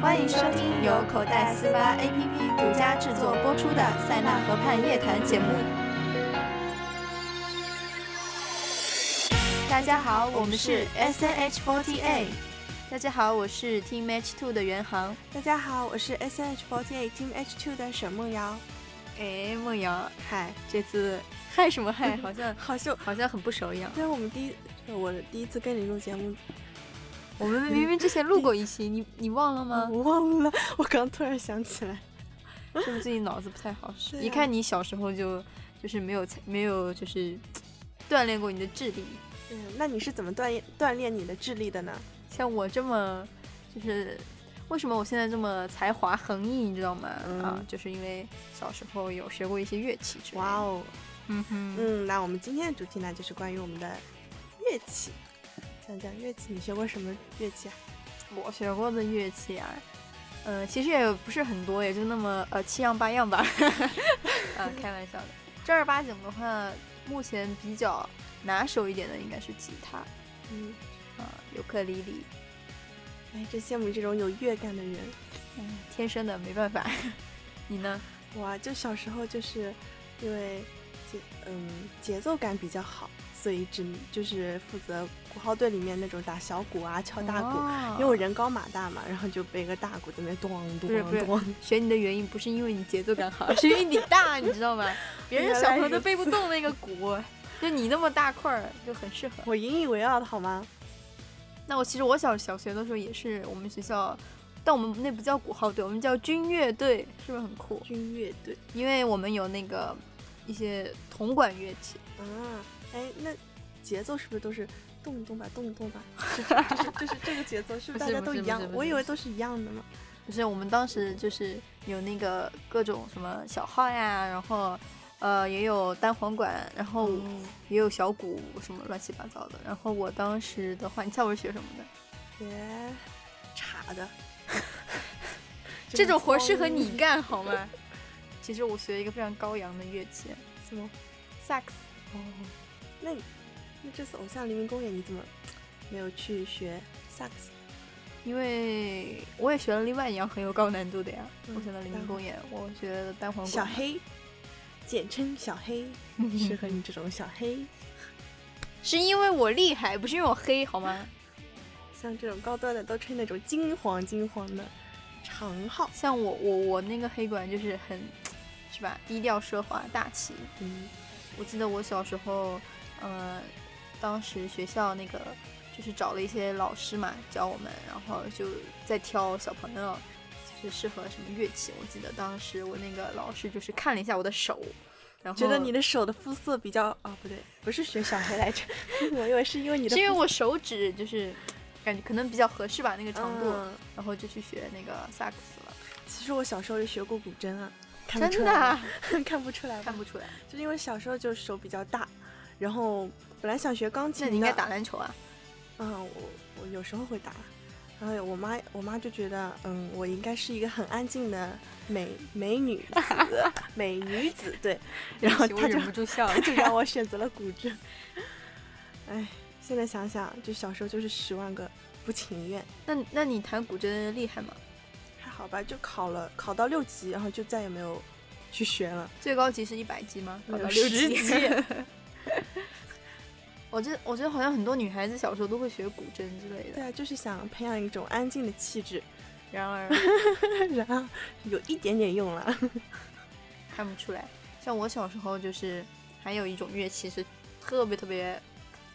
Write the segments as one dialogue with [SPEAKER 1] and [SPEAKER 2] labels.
[SPEAKER 1] 欢迎收听由口袋四八 APP 独家制作播出的《塞纳河畔夜谈》节目。大家好，我们是 SNH48。大家好，我是 Team H Two 的袁航。
[SPEAKER 2] 大家好，我是 SNH48 Team H2 的沈梦瑶。
[SPEAKER 1] 哎，梦瑶，
[SPEAKER 2] 嗨，
[SPEAKER 1] 这次嗨什么 嗨？好像
[SPEAKER 2] 好秀！
[SPEAKER 1] 好像很不熟一样。
[SPEAKER 2] 对，我们第一，我第一次跟你录节目，
[SPEAKER 1] 我们明明之前录过一期，你你忘了吗？
[SPEAKER 2] 我忘了，我刚突然想起来。
[SPEAKER 1] 是不是最近脑子不太好使？
[SPEAKER 2] 对啊
[SPEAKER 1] 一看你小时候就就是没有没有就是锻炼过你的智力。
[SPEAKER 2] 嗯，那你是怎么锻炼锻炼你的智力的呢？
[SPEAKER 1] 像我这么，就是为什么我现在这么才华横溢，你知道吗？
[SPEAKER 2] 嗯
[SPEAKER 1] 啊，就是因为小时候有学过一些乐器之类的。
[SPEAKER 2] 哇哦，
[SPEAKER 1] 嗯哼，
[SPEAKER 2] 嗯，那我们今天的主题呢，就是关于我们的乐器。讲讲乐器，你学过什么乐器啊？
[SPEAKER 1] 我学过的乐器啊，呃，其实也不是很多，也就那么呃七样八样吧。 啊，开玩笑的。正儿八经的话，目前比较拿手一点的应该是吉他
[SPEAKER 2] 嗯，
[SPEAKER 1] 啊，尤克里里。
[SPEAKER 2] 哎，真羡慕这种有乐感的人。
[SPEAKER 1] 嗯，天生的没办法。 你呢？
[SPEAKER 2] 我就小时候就是因为节嗯节奏感比较好，所以只就是负责鼓号队里面那种打小鼓啊、敲大鼓。
[SPEAKER 1] 哦
[SPEAKER 2] 因为我人高马大嘛，然后就背个大鼓在那咚咚
[SPEAKER 1] 是不是
[SPEAKER 2] 咚。
[SPEAKER 1] 学你的原因不是因为你节奏感好， 是因为你大，你知道 吗？别人小朋友都背不动那个鼓，就你那么大块儿就很适合。
[SPEAKER 2] 我引以为傲的好吗？
[SPEAKER 1] 那我其实我小小学的时候也是我们学校，但我们那不叫鼓号队，我们叫军乐队，是不是很酷？
[SPEAKER 2] 军乐队
[SPEAKER 1] 因为我们有那个一些铜管乐器，
[SPEAKER 2] 啊，哎，那节奏是不是都是咚咚吧咚咚吧？ 就是就是就是这个节奏，是不是
[SPEAKER 1] 不
[SPEAKER 2] 大
[SPEAKER 1] 是
[SPEAKER 2] 家
[SPEAKER 1] 不
[SPEAKER 2] 都
[SPEAKER 1] 是
[SPEAKER 2] 一
[SPEAKER 1] 不
[SPEAKER 2] 样
[SPEAKER 1] 是？不
[SPEAKER 2] 我
[SPEAKER 1] 是
[SPEAKER 2] 以
[SPEAKER 1] 不
[SPEAKER 2] 为
[SPEAKER 1] 是
[SPEAKER 2] 都是一样的嘛。
[SPEAKER 1] 就是我们当时就是有那个各种什么小号呀，然后呃也有单簧管，然后
[SPEAKER 2] 嗯
[SPEAKER 1] 也有小鼓什么乱七八糟的。然后我当时的话，你猜我是学什么的？
[SPEAKER 2] 别 差的。
[SPEAKER 1] 这种活儿
[SPEAKER 2] 真
[SPEAKER 1] 适合
[SPEAKER 2] 聪
[SPEAKER 1] 你
[SPEAKER 2] 明
[SPEAKER 1] 干好吗？ 其实我学一个非常高扬的乐器，
[SPEAKER 2] 什么？
[SPEAKER 1] 萨克斯。
[SPEAKER 2] 哦，那你那这次《偶像黎明公演》你怎么没有去学萨克斯？
[SPEAKER 1] 因为我也学了另外一样很有高难度的呀，
[SPEAKER 2] 嗯
[SPEAKER 1] 我学了黎明公演，我学的单簧管。
[SPEAKER 2] 小黑，简称小黑，适合你这种小黑。
[SPEAKER 1] 是因为我厉害，不是因为我黑好吗？
[SPEAKER 2] 像这种高端的都吹那种金黄金黄的长号。
[SPEAKER 1] 像我我我那个黑管就是很，是吧？低调奢华大气。
[SPEAKER 2] 嗯，
[SPEAKER 1] 我记得我小时候，呃，当时学校那个就是找了一些老师嘛教我们，然后就在挑小朋友就是适合什么乐器。我记得当时我那个老师就是看了一下我的手，然后
[SPEAKER 2] 觉得你的手的肤色比较啊、不对，不是学小黑来着， 我以为是因为你的
[SPEAKER 1] 是因为
[SPEAKER 2] 肤
[SPEAKER 1] 我手指就是感觉可能比较合适吧那个长度，
[SPEAKER 2] 嗯
[SPEAKER 1] 然后就去学那个萨克斯了。
[SPEAKER 2] 其实我小时候就学过古筝啊，看不出
[SPEAKER 1] 真的
[SPEAKER 2] 来
[SPEAKER 1] 啊
[SPEAKER 2] 吧，看不出来吧，
[SPEAKER 1] 看不 出来，
[SPEAKER 2] 就是因为小时候就手比较大，然后本来想学钢琴
[SPEAKER 1] 那
[SPEAKER 2] 的，
[SPEAKER 1] 你应该打篮球啊。
[SPEAKER 2] 嗯，我我有时候会打，然后我妈我妈就觉得，嗯，我应该是一个很安静的美美女子， 美女子， 对，然后
[SPEAKER 1] 对不起
[SPEAKER 2] 她
[SPEAKER 1] 我
[SPEAKER 2] 就
[SPEAKER 1] 忍不住笑了
[SPEAKER 2] 她。就 让我选择了古筝。哎，现在想想，就小时候就是十万个不情愿，
[SPEAKER 1] 那那你弹古筝厉害吗？
[SPEAKER 2] 还好吧，就考了考到六级，然后就再也没有去学了。
[SPEAKER 1] 最高级是一百级吗？
[SPEAKER 2] 没有
[SPEAKER 1] 搞到六
[SPEAKER 2] 十
[SPEAKER 1] 级
[SPEAKER 2] 级。
[SPEAKER 1] 我觉得，我觉得好像很多女孩子小时候都会学古筝之类
[SPEAKER 2] 对
[SPEAKER 1] 的。
[SPEAKER 2] 啊，就是想培养一种安静的气质，
[SPEAKER 1] 然而
[SPEAKER 2] 然后有一点点用了。
[SPEAKER 1] 看不出来。像我小时候就是，还有一种乐器是特别特别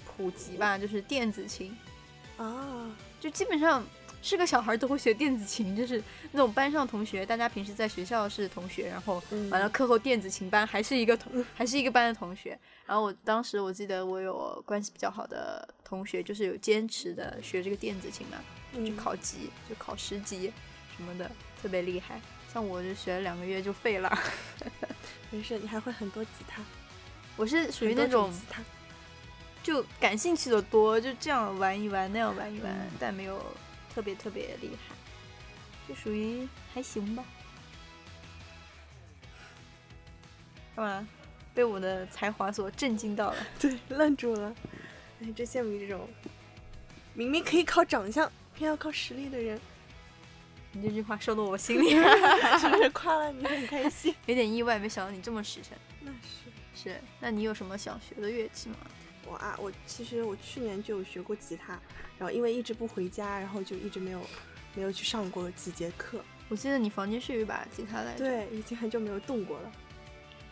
[SPEAKER 1] 普及吧，就是电子琴，
[SPEAKER 2] 啊，
[SPEAKER 1] 就基本上是个小孩都会学电子琴，就是那种班上同学，大家平时在学校是同学，然后
[SPEAKER 2] 嗯
[SPEAKER 1] 完了，课后电子琴班还是一个同还是一个班的同学。然后我当时我记得我有关系比较好的同学，就是有坚持的学这个电子琴嘛，去
[SPEAKER 2] 嗯
[SPEAKER 1] 考级，就考十级什么的，特别厉害。像我就学了两个月就废了，
[SPEAKER 2] 没事，你还会很多吉他，
[SPEAKER 1] 我是属于
[SPEAKER 2] 很多
[SPEAKER 1] 那种
[SPEAKER 2] 吉他。
[SPEAKER 1] 就感兴趣的多，就这样玩一玩，那样玩一玩，
[SPEAKER 2] 嗯
[SPEAKER 1] 但没有特别特别厉害，就属于还行吧。干嘛？被我的才华所震惊到了。
[SPEAKER 2] 对，愣住了。哎，真 羡慕这种明明可以靠长相，偏要靠实力的人。
[SPEAKER 1] 你这句话说到我心 里，
[SPEAKER 2] 是不是夸了你很 开心？
[SPEAKER 1] 有点意外，没想到你这么实诚。
[SPEAKER 2] 那是
[SPEAKER 1] 是，那你有什么想学的乐器吗？
[SPEAKER 2] 我啊，我其实我去年就有学过吉他，然后因为一直不回家，然后就一直没有没有去上过几节课。
[SPEAKER 1] 我记得你房间是有一把吉他来着，
[SPEAKER 2] 对，已经很久没有动过了，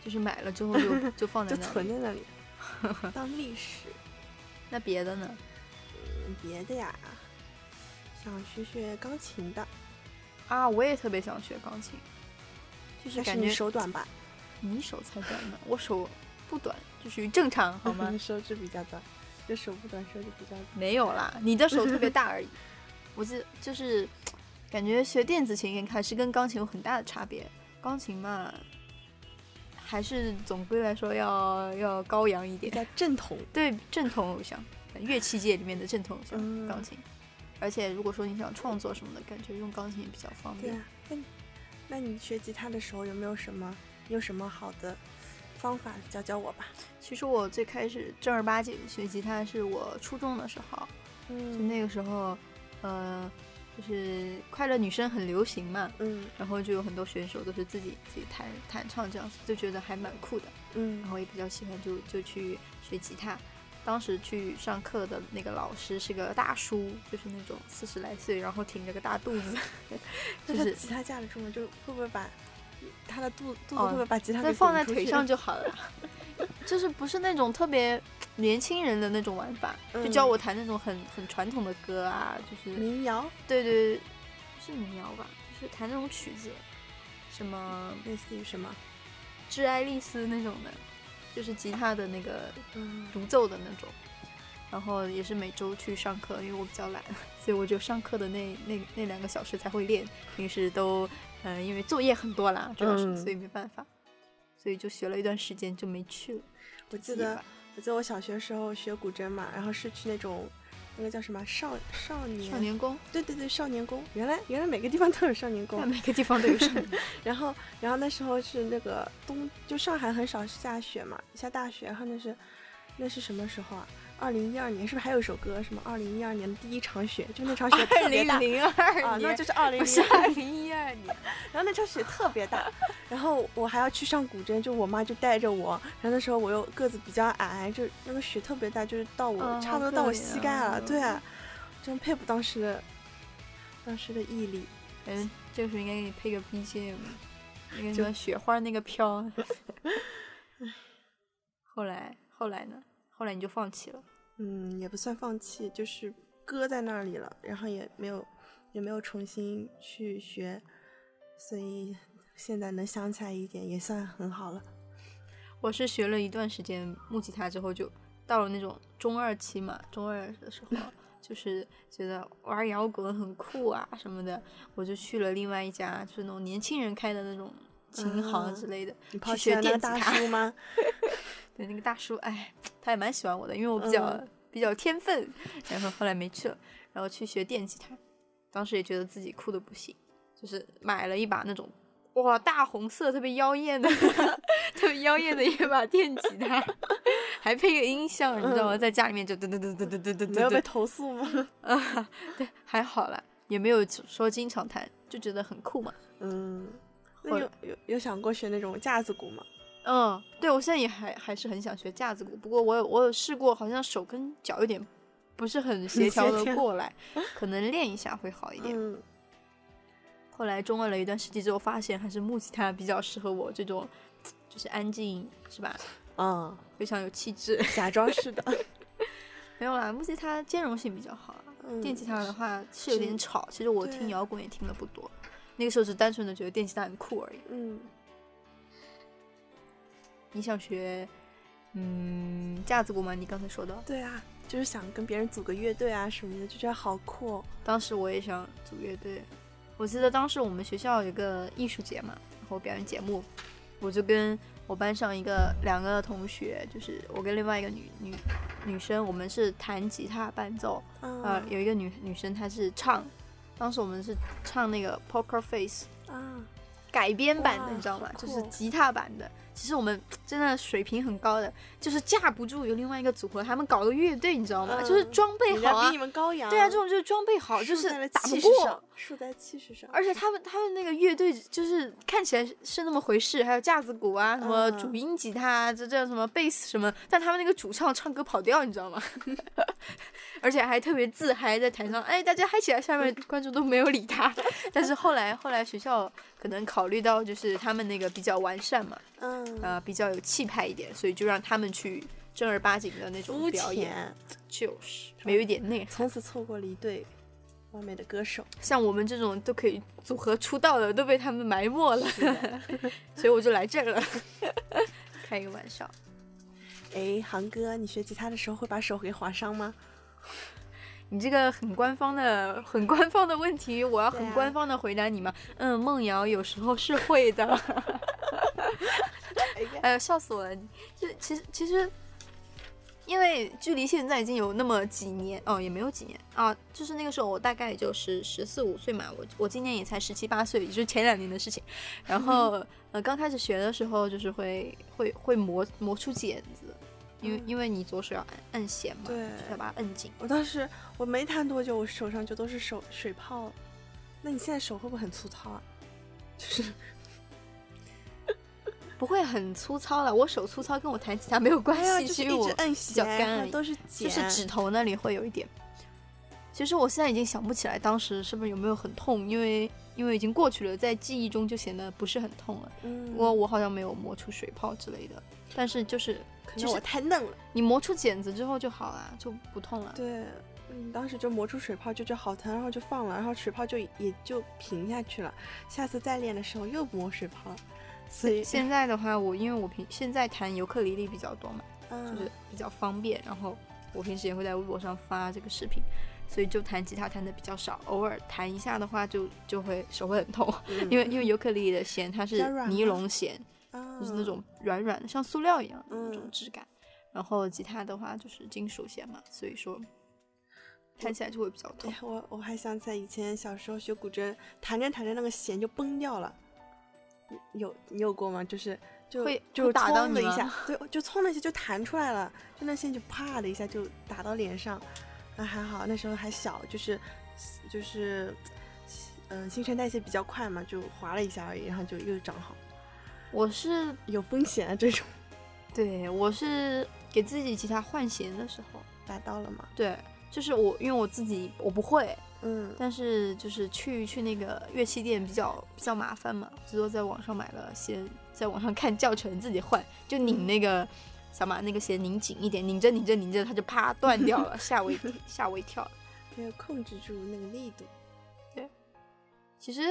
[SPEAKER 1] 就是买了之后 就就放在
[SPEAKER 2] 就
[SPEAKER 1] 那
[SPEAKER 2] 存
[SPEAKER 1] 里。
[SPEAKER 2] 在那里 当历史。
[SPEAKER 1] 那别的呢？
[SPEAKER 2] 嗯别的呀，想学学钢琴的，
[SPEAKER 1] 啊，我也特别想学钢琴，就是
[SPEAKER 2] 但是
[SPEAKER 1] 感
[SPEAKER 2] 你
[SPEAKER 1] 觉
[SPEAKER 2] 手短吧？
[SPEAKER 1] 你手才短呢，我手不短，就属于正 常，好吗
[SPEAKER 2] 你？手指比较短，就手不短，手指比较短。
[SPEAKER 1] 没有啦，你的 手特别大而已。我记就是感觉学电子琴还是跟钢琴有很大的差别。钢琴嘛，还是总归来说要要高扬一
[SPEAKER 2] 比
[SPEAKER 1] 点，
[SPEAKER 2] 较正统。
[SPEAKER 1] 对正统偶像，乐器界里面的正统偶像，
[SPEAKER 2] 嗯
[SPEAKER 1] 钢琴。而且如果说你想创作什么的，感觉用钢琴也比较方
[SPEAKER 2] 对啊
[SPEAKER 1] 便。
[SPEAKER 2] 呀、那你那你学吉他的时候有没有什么有什么好的方法教教我吧？
[SPEAKER 1] 其实我最开始正儿八经学吉他是我初中的时候，就
[SPEAKER 2] 嗯
[SPEAKER 1] 那个时候，呃，就是快乐女声很流行嘛，
[SPEAKER 2] 嗯
[SPEAKER 1] 然后就有很多选手都是自己自己弹弹唱这样子，就觉得还蛮酷的，然
[SPEAKER 2] 嗯
[SPEAKER 1] 后也比较喜欢就就去学吉他。当时去上课的那个老师是个大叔，就是那种四十来岁，然后挺着个 大肚子，就
[SPEAKER 2] 那他
[SPEAKER 1] 是
[SPEAKER 2] 吉他架着中了，就会不会把他的肚肚子
[SPEAKER 1] 哦
[SPEAKER 2] 会不会把吉他
[SPEAKER 1] 那
[SPEAKER 2] 给
[SPEAKER 1] 放
[SPEAKER 2] 拱
[SPEAKER 1] 在
[SPEAKER 2] 出
[SPEAKER 1] 腿
[SPEAKER 2] 去
[SPEAKER 1] 上？就好了，就是不是那种特别年轻人的那种玩法，就教
[SPEAKER 2] 嗯
[SPEAKER 1] 我弹那种很很传统的歌啊，就是
[SPEAKER 2] 民谣
[SPEAKER 1] 对对，对是民谣吧，就是弹那种曲子，什么
[SPEAKER 2] 类似于什么？
[SPEAKER 1] 《致爱丽丝》那种的，就是吉他的那个
[SPEAKER 2] 嗯
[SPEAKER 1] 独奏的那种。然后也是每周去上课，因为我比较懒，所以我就上课的那那那两个小时才会练，平时都嗯、呃因为作业很多啦，主要是、
[SPEAKER 2] 嗯
[SPEAKER 1] 所以没办法，所以就学了一段时间就没去了。
[SPEAKER 2] 我记
[SPEAKER 1] 自己
[SPEAKER 2] 得
[SPEAKER 1] 吧
[SPEAKER 2] 我记得我小学时候学古筝嘛，然后是去那种那个叫什么少少年
[SPEAKER 1] 少年宫，
[SPEAKER 2] 对对对少年宫，原来原来每个地方都有少年宫
[SPEAKER 1] 那。每个地方都有少年宫
[SPEAKER 2] 然后，然后那时候是那个冬，就上海很少下雪嘛，下大雪。然后那是，那是什么时候啊？二零一二年是不是还有一首歌什么？二零一二年的第一场雪，就那场雪 特
[SPEAKER 1] 二
[SPEAKER 2] 别
[SPEAKER 1] 零
[SPEAKER 2] 大
[SPEAKER 1] 零二
[SPEAKER 2] 啊，那
[SPEAKER 1] 年，
[SPEAKER 2] 就是二零
[SPEAKER 1] 不
[SPEAKER 2] 一
[SPEAKER 1] 是
[SPEAKER 2] 二。
[SPEAKER 1] 二零一 二年，
[SPEAKER 2] 然后那场雪特别大，然后我还要去上古筝，就我妈就带着我。然后那时候我又个子比较矮，就那个雪特别大，就是到我、
[SPEAKER 1] 啊
[SPEAKER 2] 差不多
[SPEAKER 1] 好
[SPEAKER 2] 到
[SPEAKER 1] 可
[SPEAKER 2] 我
[SPEAKER 1] 怜
[SPEAKER 2] 膝盖了。
[SPEAKER 1] 啊
[SPEAKER 2] 对啊，真佩服当时的当时的毅力。
[SPEAKER 1] 嗯，这个时候应该给你配个 BGM，那个
[SPEAKER 2] 就
[SPEAKER 1] 什么雪花那个飘。 后来，后来呢？后来你就放弃了。
[SPEAKER 2] 嗯，也不算放弃，就是搁在那里了，然后也没有也没有重新去学，所以现在能想起来一点也算很好了。
[SPEAKER 1] 我是学了一段时间木吉他之后，就到了那种中二期嘛，中二的时候。就是觉得玩摇滚很酷啊什么的，我就去了另外一家就是那种年轻人开的那种琴行之
[SPEAKER 2] 嗯
[SPEAKER 1] 类的，
[SPEAKER 2] 你抛
[SPEAKER 1] 去
[SPEAKER 2] 弃
[SPEAKER 1] 学
[SPEAKER 2] 了那
[SPEAKER 1] 电
[SPEAKER 2] 个
[SPEAKER 1] 吉
[SPEAKER 2] 大
[SPEAKER 1] 他
[SPEAKER 2] 叔 吗？
[SPEAKER 1] 对，那个大叔，哎，他也蛮喜欢我的，因为我比较、
[SPEAKER 2] 嗯
[SPEAKER 1] 比较天分，然后后来没去了，然后去学电吉他，当时也觉得自己酷的不行，就是买了一把那种哇大红色特别妖艳的 特别妖艳的一把电吉他，还配个音箱，你知道吗？在家里面就噔噔噔噔噔噔噔
[SPEAKER 2] 嗯没有
[SPEAKER 1] 噔
[SPEAKER 2] 被
[SPEAKER 1] 噔，
[SPEAKER 2] 投诉吗？
[SPEAKER 1] 啊， 对，还好啦，也没有说经常弹，就觉得很酷嘛。
[SPEAKER 2] 嗯，那
[SPEAKER 1] 后
[SPEAKER 2] 有有有想过学那种架子鼓吗？
[SPEAKER 1] 嗯，对，我现在也还还是很想学架子鼓，不过我有我有试过，好像手跟脚有点不是很协调
[SPEAKER 2] 协
[SPEAKER 1] 的
[SPEAKER 2] 调
[SPEAKER 1] 过来，可能练一下会好一点。
[SPEAKER 2] 嗯，
[SPEAKER 1] 后来中二了一段时间之后，发现还是木吉他比较适合我这种，就是安静是吧？
[SPEAKER 2] 啊、
[SPEAKER 1] 非常有气质。
[SPEAKER 2] 假装是 的。
[SPEAKER 1] 没有啦，木吉他兼容性比较好啦。
[SPEAKER 2] 嗯
[SPEAKER 1] 电吉他的话是有
[SPEAKER 2] 是
[SPEAKER 1] 点吵，其实我听
[SPEAKER 2] 对
[SPEAKER 1] 摇滚也听的不多，那个时候只单纯的觉得电吉他很酷而已。
[SPEAKER 2] 嗯，
[SPEAKER 1] 你想学，嗯，架子鼓吗？你刚才说的。
[SPEAKER 2] 对啊，就是想跟别人组个乐队啊什么的，就觉得好酷哦。
[SPEAKER 1] 当时我也想组乐队，我记得当时我们学校有个艺术节嘛，然后表演节目，我就跟我班上一个两个同学，就是我跟另外一个女女女生，我们是弹吉他伴奏，呃
[SPEAKER 2] 啊，
[SPEAKER 1] 有一个女女生她是唱，当时我们是唱那个 Poker Face
[SPEAKER 2] 啊，
[SPEAKER 1] 改编版
[SPEAKER 2] 哇
[SPEAKER 1] 的，你知道吗
[SPEAKER 2] 好？
[SPEAKER 1] 就
[SPEAKER 2] 酷
[SPEAKER 1] 是
[SPEAKER 2] 哦
[SPEAKER 1] 吉他版的，其实我们真的水平很高的，就是架不住有另外一个组合，他们搞个乐队，你知道吗？
[SPEAKER 2] 嗯
[SPEAKER 1] 就是装备
[SPEAKER 2] 人家
[SPEAKER 1] 好
[SPEAKER 2] 比
[SPEAKER 1] 啊
[SPEAKER 2] 你，们高雅。
[SPEAKER 1] 对啊，这种就是装备好，就
[SPEAKER 2] 输
[SPEAKER 1] 是
[SPEAKER 2] 嗯在了
[SPEAKER 1] 打不
[SPEAKER 2] 气势
[SPEAKER 1] 过
[SPEAKER 2] 上，。输在气势上。
[SPEAKER 1] 而且他们他们那个乐队就是看起来是是那么回事，还有架子鼓啊，什么
[SPEAKER 2] 嗯
[SPEAKER 1] 主音吉他啊，这这什么贝斯什么，但他们那个主唱唱歌跑调，你知道吗？ 而且还特别自嗨，在台上，哎，大家嗨起来，下面观众都没有理他。但是后来后来学校可能考虑到就是他们那个比较完善嘛，
[SPEAKER 2] 嗯，
[SPEAKER 1] 呃，比较有气派一点，所以就让他们去正儿八经的那种
[SPEAKER 2] 肤
[SPEAKER 1] 表演，
[SPEAKER 2] 浅，
[SPEAKER 1] 就是没有一点内涵。
[SPEAKER 2] 从此错过了一对完美的歌手。
[SPEAKER 1] 像我们这种都可以组合出道的，都被他们埋没了， 所以我就来这儿了。 开一个玩笑，
[SPEAKER 2] 哎，航哥，你学吉他的时候会把手给划伤吗？
[SPEAKER 1] 你这个很官方的、很官方的问题，我要
[SPEAKER 2] 对
[SPEAKER 1] 很
[SPEAKER 2] 啊
[SPEAKER 1] 官方的回答你吗？嗯，梦瑶有时候是会的。
[SPEAKER 2] 哎呀，
[SPEAKER 1] 哎呦，笑死我了！就其实其实，因为距离现在已经有那么几年哦，也没有几年啊，就是那个时候我大概也就十十四五岁嘛，我我今年也才十七八岁，也就是前两年的事情。然 后呃，刚开始学的时候就是会会会磨磨出茧子，因为、
[SPEAKER 2] 嗯
[SPEAKER 1] 因为你左手要按按弦嘛，
[SPEAKER 2] 对
[SPEAKER 1] 就是要把它摁紧。
[SPEAKER 2] 我当时我没弹多久，我手上就都是手水泡。那你现在手会不会很粗糙啊？就是
[SPEAKER 1] 不会很粗糙了，我手粗糙跟我弹吉他没有关
[SPEAKER 2] 哎呀，
[SPEAKER 1] 系，
[SPEAKER 2] 就是
[SPEAKER 1] 因为
[SPEAKER 2] 一
[SPEAKER 1] 我
[SPEAKER 2] 直摁
[SPEAKER 1] 较
[SPEAKER 2] 弦，
[SPEAKER 1] 干而
[SPEAKER 2] 它
[SPEAKER 1] 已
[SPEAKER 2] 都是
[SPEAKER 1] 就
[SPEAKER 2] 茧，
[SPEAKER 1] 是指头那里会有一点。其实我现在已经想不起来当时是不是有没有很痛，因为因为已经过去了，在记忆中就显得不是很痛了。
[SPEAKER 2] 嗯，
[SPEAKER 1] 不过我好像没有磨出水泡之类的，但是就是
[SPEAKER 2] 可
[SPEAKER 1] 就
[SPEAKER 2] 能我
[SPEAKER 1] 是
[SPEAKER 2] 太嫩了。
[SPEAKER 1] 你磨出茧子之后就好了，就不痛了。
[SPEAKER 2] 对，嗯，当时就磨出水泡，就觉得好疼，然后就放了，然后水泡就也就平下去了。下次再练的时候又磨水泡了，所以
[SPEAKER 1] 现在的话，我因为我平现在弹尤克里里比较多嘛，就
[SPEAKER 2] 嗯
[SPEAKER 1] 是，比较方便，然后我平时也会在微博上发这个视频，所以就弹吉他弹的比较少，偶尔弹一下的话就就会手会很痛，
[SPEAKER 2] 嗯
[SPEAKER 1] 因为因为尤克里里的弦它
[SPEAKER 2] 比
[SPEAKER 1] 是
[SPEAKER 2] 较软吗
[SPEAKER 1] 尼龙弦，
[SPEAKER 2] 啊
[SPEAKER 1] 就是那种软软的，像塑料一样的
[SPEAKER 2] 嗯
[SPEAKER 1] 那种质感。然后吉他的话就是金属弦嘛，所以说弹起来就会比较痛
[SPEAKER 2] 哎。我我还想起来以前小时候学古筝，弹着弹着那个弦就崩掉了，你有你有过吗？就是就
[SPEAKER 1] 会
[SPEAKER 2] 就
[SPEAKER 1] 会打到
[SPEAKER 2] 冲了
[SPEAKER 1] 你
[SPEAKER 2] 一
[SPEAKER 1] 吗
[SPEAKER 2] 下，对，就冲了一下就弹出来了，就那线就啪的一下就打到脸上，那还好那时候还小，就是就是嗯、呃新陈代谢比较快嘛，就划了一下而已，然后就又长好，
[SPEAKER 1] 我是
[SPEAKER 2] 有风险啊这种，
[SPEAKER 1] 对我是给自己吉他换弦的时候，
[SPEAKER 2] 打到了嘛，
[SPEAKER 1] 对，就是我因为我自己我不会，
[SPEAKER 2] 嗯
[SPEAKER 1] 但是就是去去那个乐器店比较比较麻烦嘛，最多在网上买了先在网上看教程自己换，就拧
[SPEAKER 2] 嗯
[SPEAKER 1] 那个想把那个弦拧紧一点，拧着拧着拧着它就啪断掉了，吓 我一吓我一跳。
[SPEAKER 2] 没有控制住那个力度，
[SPEAKER 1] 其实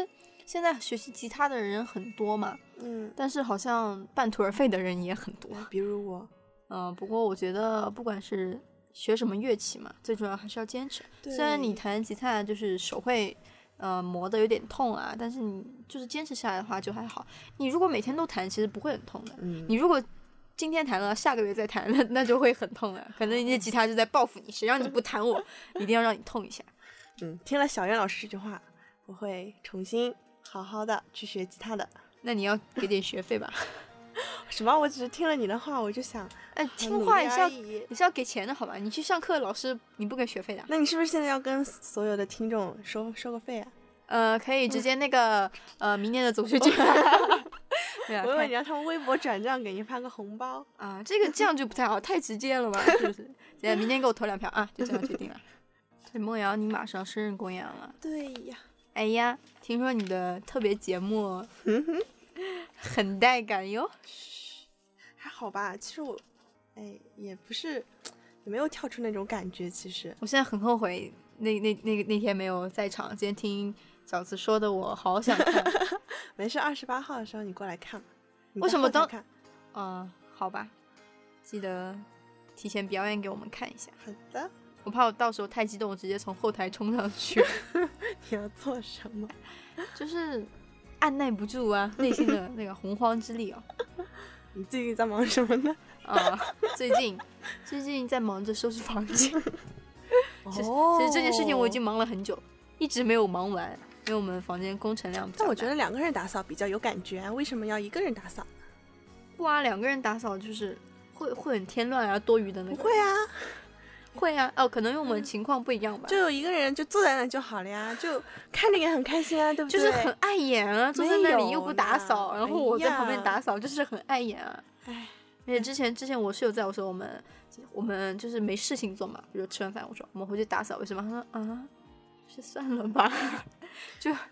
[SPEAKER 1] 现在学习吉他的人很多嘛，
[SPEAKER 2] 嗯，
[SPEAKER 1] 但是好像半途而废的人也很多。
[SPEAKER 2] 比如我，
[SPEAKER 1] 嗯、不过我觉得不管是学什么乐器嘛，最重要还是要坚持。虽然你
[SPEAKER 2] 对
[SPEAKER 1] 弹吉他就是手会，呃，磨得有点痛啊，但是你就是坚持下来的话就还好。你如果每天都弹，其实不会很痛的。
[SPEAKER 2] 嗯
[SPEAKER 1] 你如果今天弹了，下个月再弹，那那就会很痛了。可能人家吉他就在报复你，谁让你不弹我，一定要让你痛一下。
[SPEAKER 2] 嗯，听了小袁老师这句话，我会重新好好的去学吉他的。
[SPEAKER 1] 那你要给点学 费吧？
[SPEAKER 2] 什么？我只是听了你的话，我就想
[SPEAKER 1] 哎，
[SPEAKER 2] 好
[SPEAKER 1] 听
[SPEAKER 2] 努
[SPEAKER 1] 话
[SPEAKER 2] 力
[SPEAKER 1] 也是要
[SPEAKER 2] 而已
[SPEAKER 1] 你是要给钱的好吧？你去上课，老师你不给学费的。啊
[SPEAKER 2] 那你是不是现在要跟所有的听众收收个费啊？
[SPEAKER 1] 呃，可以直接那个、呃，明年的总学金。 对啊，
[SPEAKER 2] 哦我以为
[SPEAKER 1] 看
[SPEAKER 2] 你让他们微博转账给你发个红包。
[SPEAKER 1] 啊，这个这样就不太好，太直接了吧？是不是？姐，明天给我投两票啊，就这样决定了。对，梦瑶，你马上生日公演了。
[SPEAKER 2] 对呀，
[SPEAKER 1] 哎呀，听说你的特别节目
[SPEAKER 2] 嗯
[SPEAKER 1] 很带感哟。
[SPEAKER 2] 还好吧。其实我，哎，也不是，也没有跳出那种感觉。其实，
[SPEAKER 1] 我现在很后悔那那那那天没有在场，今天听饺子说的，我好想看。
[SPEAKER 2] 没事，二十八号的时候你过来看吧。你
[SPEAKER 1] 为
[SPEAKER 2] 在
[SPEAKER 1] 什么
[SPEAKER 2] 后台
[SPEAKER 1] 当
[SPEAKER 2] 看？
[SPEAKER 1] 嗯，好吧，记得提前表演给我们看一下。
[SPEAKER 2] 好的，
[SPEAKER 1] 我怕我到时候太激动，我直接从后台冲上去，
[SPEAKER 2] 你要做什么？
[SPEAKER 1] 就是按耐不住啊，内心 的那个洪荒之力哦。
[SPEAKER 2] 你最近在忙什么呢？
[SPEAKER 1] 啊，最近最近在忙着收拾房间，其实
[SPEAKER 2] 哦
[SPEAKER 1] 其实这件事情我已经忙了很久，一直没有忙完，因为我们房间工程量比较
[SPEAKER 2] 但
[SPEAKER 1] 大。
[SPEAKER 2] 我觉得两个人打扫比较有感觉啊，为什么要一个人打扫？
[SPEAKER 1] 不啊，两个人打扫就是会会很添乱啊，多余的那
[SPEAKER 2] 不
[SPEAKER 1] 个
[SPEAKER 2] 会啊，
[SPEAKER 1] 会啊，哦，可能因为我们情况不一样吧，
[SPEAKER 2] 就有一个人就坐在那就好了呀，就看着也很开心啊，对不
[SPEAKER 1] 就是
[SPEAKER 2] 对？
[SPEAKER 1] 很，碍眼啊，坐在那里又不打扫，
[SPEAKER 2] 没有呢
[SPEAKER 1] 然后我在旁
[SPEAKER 2] 哎
[SPEAKER 1] 边
[SPEAKER 2] 呀
[SPEAKER 1] 打扫，就是很碍眼啊。
[SPEAKER 2] 哎，
[SPEAKER 1] 而且之前之前我室友在我说我们我们就是没事情做嘛，比如吃完饭我说我们回去打扫卫生吧，他说啊，是算了吧，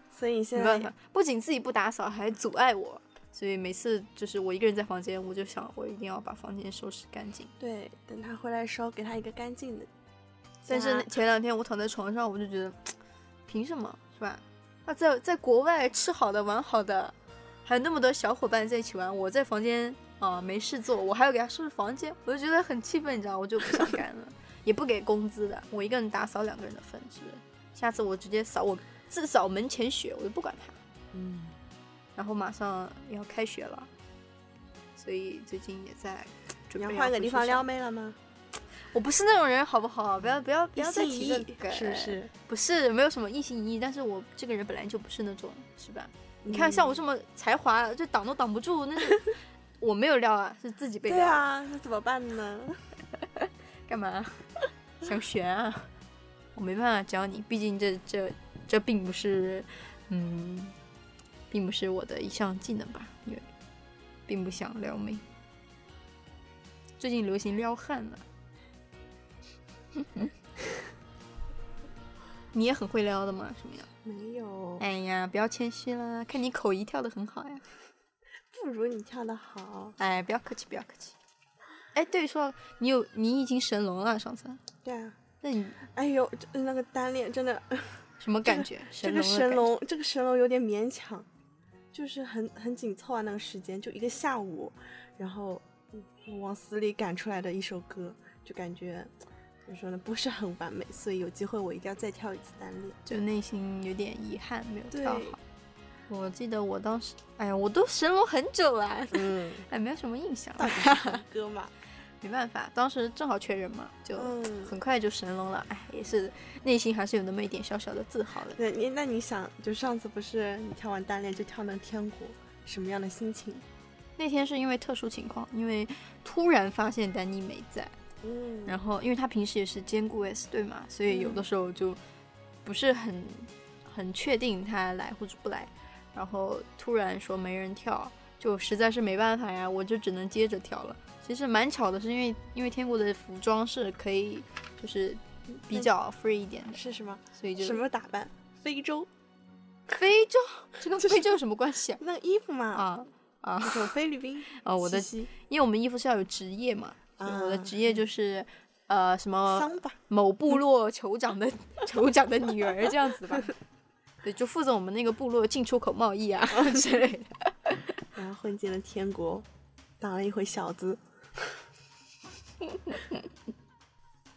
[SPEAKER 2] 所以现
[SPEAKER 1] 没办
[SPEAKER 2] 在
[SPEAKER 1] 法，不仅自己不打扫，还阻碍我。所以每次就是我一个人在房间，我就想我一定要把房间收拾干净。
[SPEAKER 2] 对，等他回来的时候给他一个干净的家。嗯
[SPEAKER 1] 但是
[SPEAKER 2] 啊
[SPEAKER 1] 那前两天我躺在床上，我就觉得，凭什么是吧？啊，在在国外吃好的玩好的，还有那么多小伙伴在一起玩，我在房间啊、没事做，我还要给他收拾房间，我就觉得很气愤，你知道，我就不想干 了，也不给工资的，我一个人打扫两个人的份，是不是？下次我直接扫我自扫门前雪，我就不管他。
[SPEAKER 2] 嗯，
[SPEAKER 1] 然后马上也要开学了，所以最近也在
[SPEAKER 2] 你
[SPEAKER 1] 准
[SPEAKER 2] 要
[SPEAKER 1] 备
[SPEAKER 2] 换个地方撩
[SPEAKER 1] 妹。
[SPEAKER 2] 妹了吗？
[SPEAKER 1] 我不是那种人，好不好？不要不要不要再
[SPEAKER 2] 一
[SPEAKER 1] 提
[SPEAKER 2] 心
[SPEAKER 1] 这
[SPEAKER 2] 一
[SPEAKER 1] 个
[SPEAKER 2] 意
[SPEAKER 1] 梗，
[SPEAKER 2] 是不是？
[SPEAKER 1] 不是没有什么一心一意，但是我这个人本来就不是那种，是吧？你
[SPEAKER 2] 嗯
[SPEAKER 1] 看像我这么才华，就挡都挡不住， 那就我没有料啊，是自己被
[SPEAKER 2] 对
[SPEAKER 1] 料，
[SPEAKER 2] 啊，那怎么办呢？
[SPEAKER 1] 干嘛？ 想悬啊？我没办法教你，毕竟这这这并不是，嗯，并不是我的一项技能吧，因为并不想撩妹。最近流行撩汉 了，你也很会撩的嘛，什么样？
[SPEAKER 2] 没有，
[SPEAKER 1] 哎呀，不要谦虚啦，看你口音跳的很好呀。
[SPEAKER 2] 不如你跳的好。
[SPEAKER 1] 哎，不要客气，不要客气。哎，对，说到你有你已经神龙了，上次，
[SPEAKER 2] 对啊，
[SPEAKER 1] 那你
[SPEAKER 2] 哎呦，这那个单恋真的，
[SPEAKER 1] 什么感觉？
[SPEAKER 2] 这个
[SPEAKER 1] 的感
[SPEAKER 2] 神
[SPEAKER 1] 觉
[SPEAKER 2] 龙，这个神龙有点勉强，就是很很紧凑啊，那个时间就一个下午，然后嗯往死里赶出来的一首歌，就感觉怎么说呢，不是很完美，所以有机会我一定要再跳一次单恋。
[SPEAKER 1] 就内心有点遗憾没有
[SPEAKER 2] 对
[SPEAKER 1] 跳好。我记得我当时，哎呀，我都神龙很久了，
[SPEAKER 2] 嗯，
[SPEAKER 1] 哎，没有什么印象，
[SPEAKER 2] 到底是什么歌 嘛？
[SPEAKER 1] 没办法，当时正好缺人嘛，就
[SPEAKER 2] 嗯
[SPEAKER 1] 很快就神龙了，哎，也是内心还是有那么一点小小的自豪的。
[SPEAKER 2] 对你，那你想，就上次不是你跳完单恋就跳那天国，什么样的心情？
[SPEAKER 1] 那天是因为特殊情况，因为突然发现丹妮没在，
[SPEAKER 2] 嗯
[SPEAKER 1] 然后因为他平时也是兼顾 S 队嘛，所以有的时候就不是很很确定他来或者不来，然后突然说没人跳，就实在是没办法呀，我就只能接着跳了。其实蛮巧的是，因为因为天国的服装是可以就是比较 free 一点的，
[SPEAKER 2] 是什么
[SPEAKER 1] 所以就
[SPEAKER 2] 嗯什么打扮？非洲
[SPEAKER 1] 非洲，这跟
[SPEAKER 2] 就是
[SPEAKER 1] 非洲有什么关 系啊？
[SPEAKER 2] 那衣服嘛，
[SPEAKER 1] 啊啊
[SPEAKER 2] 那种菲律宾
[SPEAKER 1] 啊！我的
[SPEAKER 2] 气，息
[SPEAKER 1] 因为我们衣服是要有职业嘛，所以我的
[SPEAKER 2] 哦啊
[SPEAKER 1] 职业就是呃什么
[SPEAKER 2] 桑巴，
[SPEAKER 1] 某部落酋长的酋长的女儿这样子吧。对，就负责我们那个部落进出口贸易啊之类的。
[SPEAKER 2] 然后混进了天国，当了一回小子。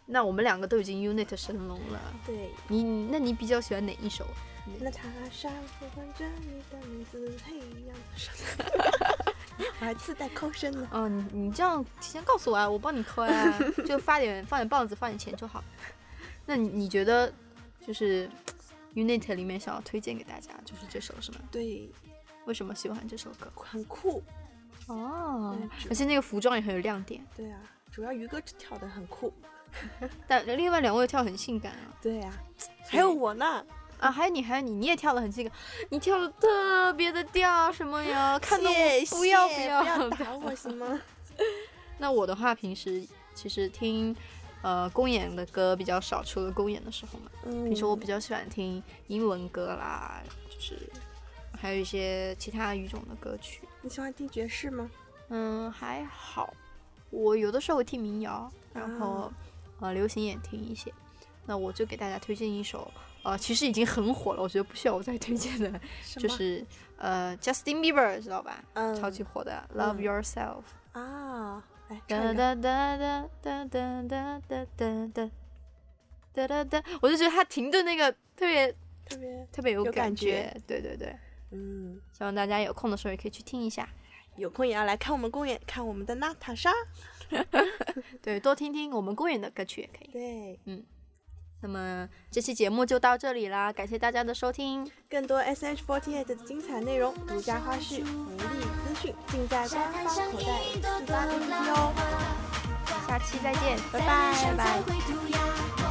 [SPEAKER 1] 那我们两个都已经 unit 神龙了，
[SPEAKER 2] 对，
[SPEAKER 1] 你那你比较喜欢哪一首？啊
[SPEAKER 2] 娜塔莎呼唤着你的名字，嘿呀， 我还自带扣声呢。
[SPEAKER 1] 哦，你你这样提前告诉我啊，我帮你扣啊，就发点放点棒子，放点钱就好。那你你觉得就是 unit 里面想要推荐给大家就是这首是吗？
[SPEAKER 2] 对，
[SPEAKER 1] 为什么喜欢这首歌？
[SPEAKER 2] 很酷。
[SPEAKER 1] 哦
[SPEAKER 2] 嗯
[SPEAKER 1] 而且那个服装也很有亮点，
[SPEAKER 2] 对啊，主要鱼哥跳的很酷。
[SPEAKER 1] 但另外两位跳很性感啊。
[SPEAKER 2] 对啊，还有我呢，
[SPEAKER 1] 啊，还有你，还有你，你也跳的很性感，你跳的特别的调什么呀？看得
[SPEAKER 2] 谢
[SPEAKER 1] 我不要
[SPEAKER 2] 谢
[SPEAKER 1] 要。
[SPEAKER 2] 不要打我行 吗？
[SPEAKER 1] 那我的话，平时其实听呃公演的歌比较少，除了公演的时候嘛。
[SPEAKER 2] 嗯
[SPEAKER 1] 平时我比较喜欢听英文歌啦，就是还有一些其他语种的歌曲。
[SPEAKER 2] 你喜欢听爵士吗？
[SPEAKER 1] 嗯，还好，我有的时候会听民谣，然后、
[SPEAKER 2] 啊
[SPEAKER 1] 呃流行也听一些。那我就给大家推荐一首，呃，其实已经很火了，我觉得不需要我再推荐的
[SPEAKER 2] 什
[SPEAKER 1] 就
[SPEAKER 2] 么
[SPEAKER 1] 是呃，Justin Bieber 知道吧？
[SPEAKER 2] 嗯
[SPEAKER 1] 超级火的《Love
[SPEAKER 2] 嗯
[SPEAKER 1] Yourself》。
[SPEAKER 2] 啊，来唱
[SPEAKER 1] 哒
[SPEAKER 2] 一个
[SPEAKER 1] 哒哒哒哒哒哒哒哒哒哒哒哒，我就觉得他停顿那个特别
[SPEAKER 2] 特别
[SPEAKER 1] 特别有
[SPEAKER 2] 有感
[SPEAKER 1] 觉。对对对，
[SPEAKER 2] 嗯，
[SPEAKER 1] 希望大家有空的时候也可以去听一下，
[SPEAKER 2] 有空也要来看我们公演，看我们的娜塔莎。
[SPEAKER 1] 对，多听听我们公演的歌曲也可以。
[SPEAKER 2] 对，
[SPEAKER 1] 那那么这期节目就到这里啦，感谢大家的收听。
[SPEAKER 2] 更多 SH48 的精彩内容、独家花絮、福利资讯，尽在官方口袋四八 APP 哦。
[SPEAKER 1] 下期再见，拜
[SPEAKER 3] 拜拜
[SPEAKER 1] 拜。
[SPEAKER 3] 拜。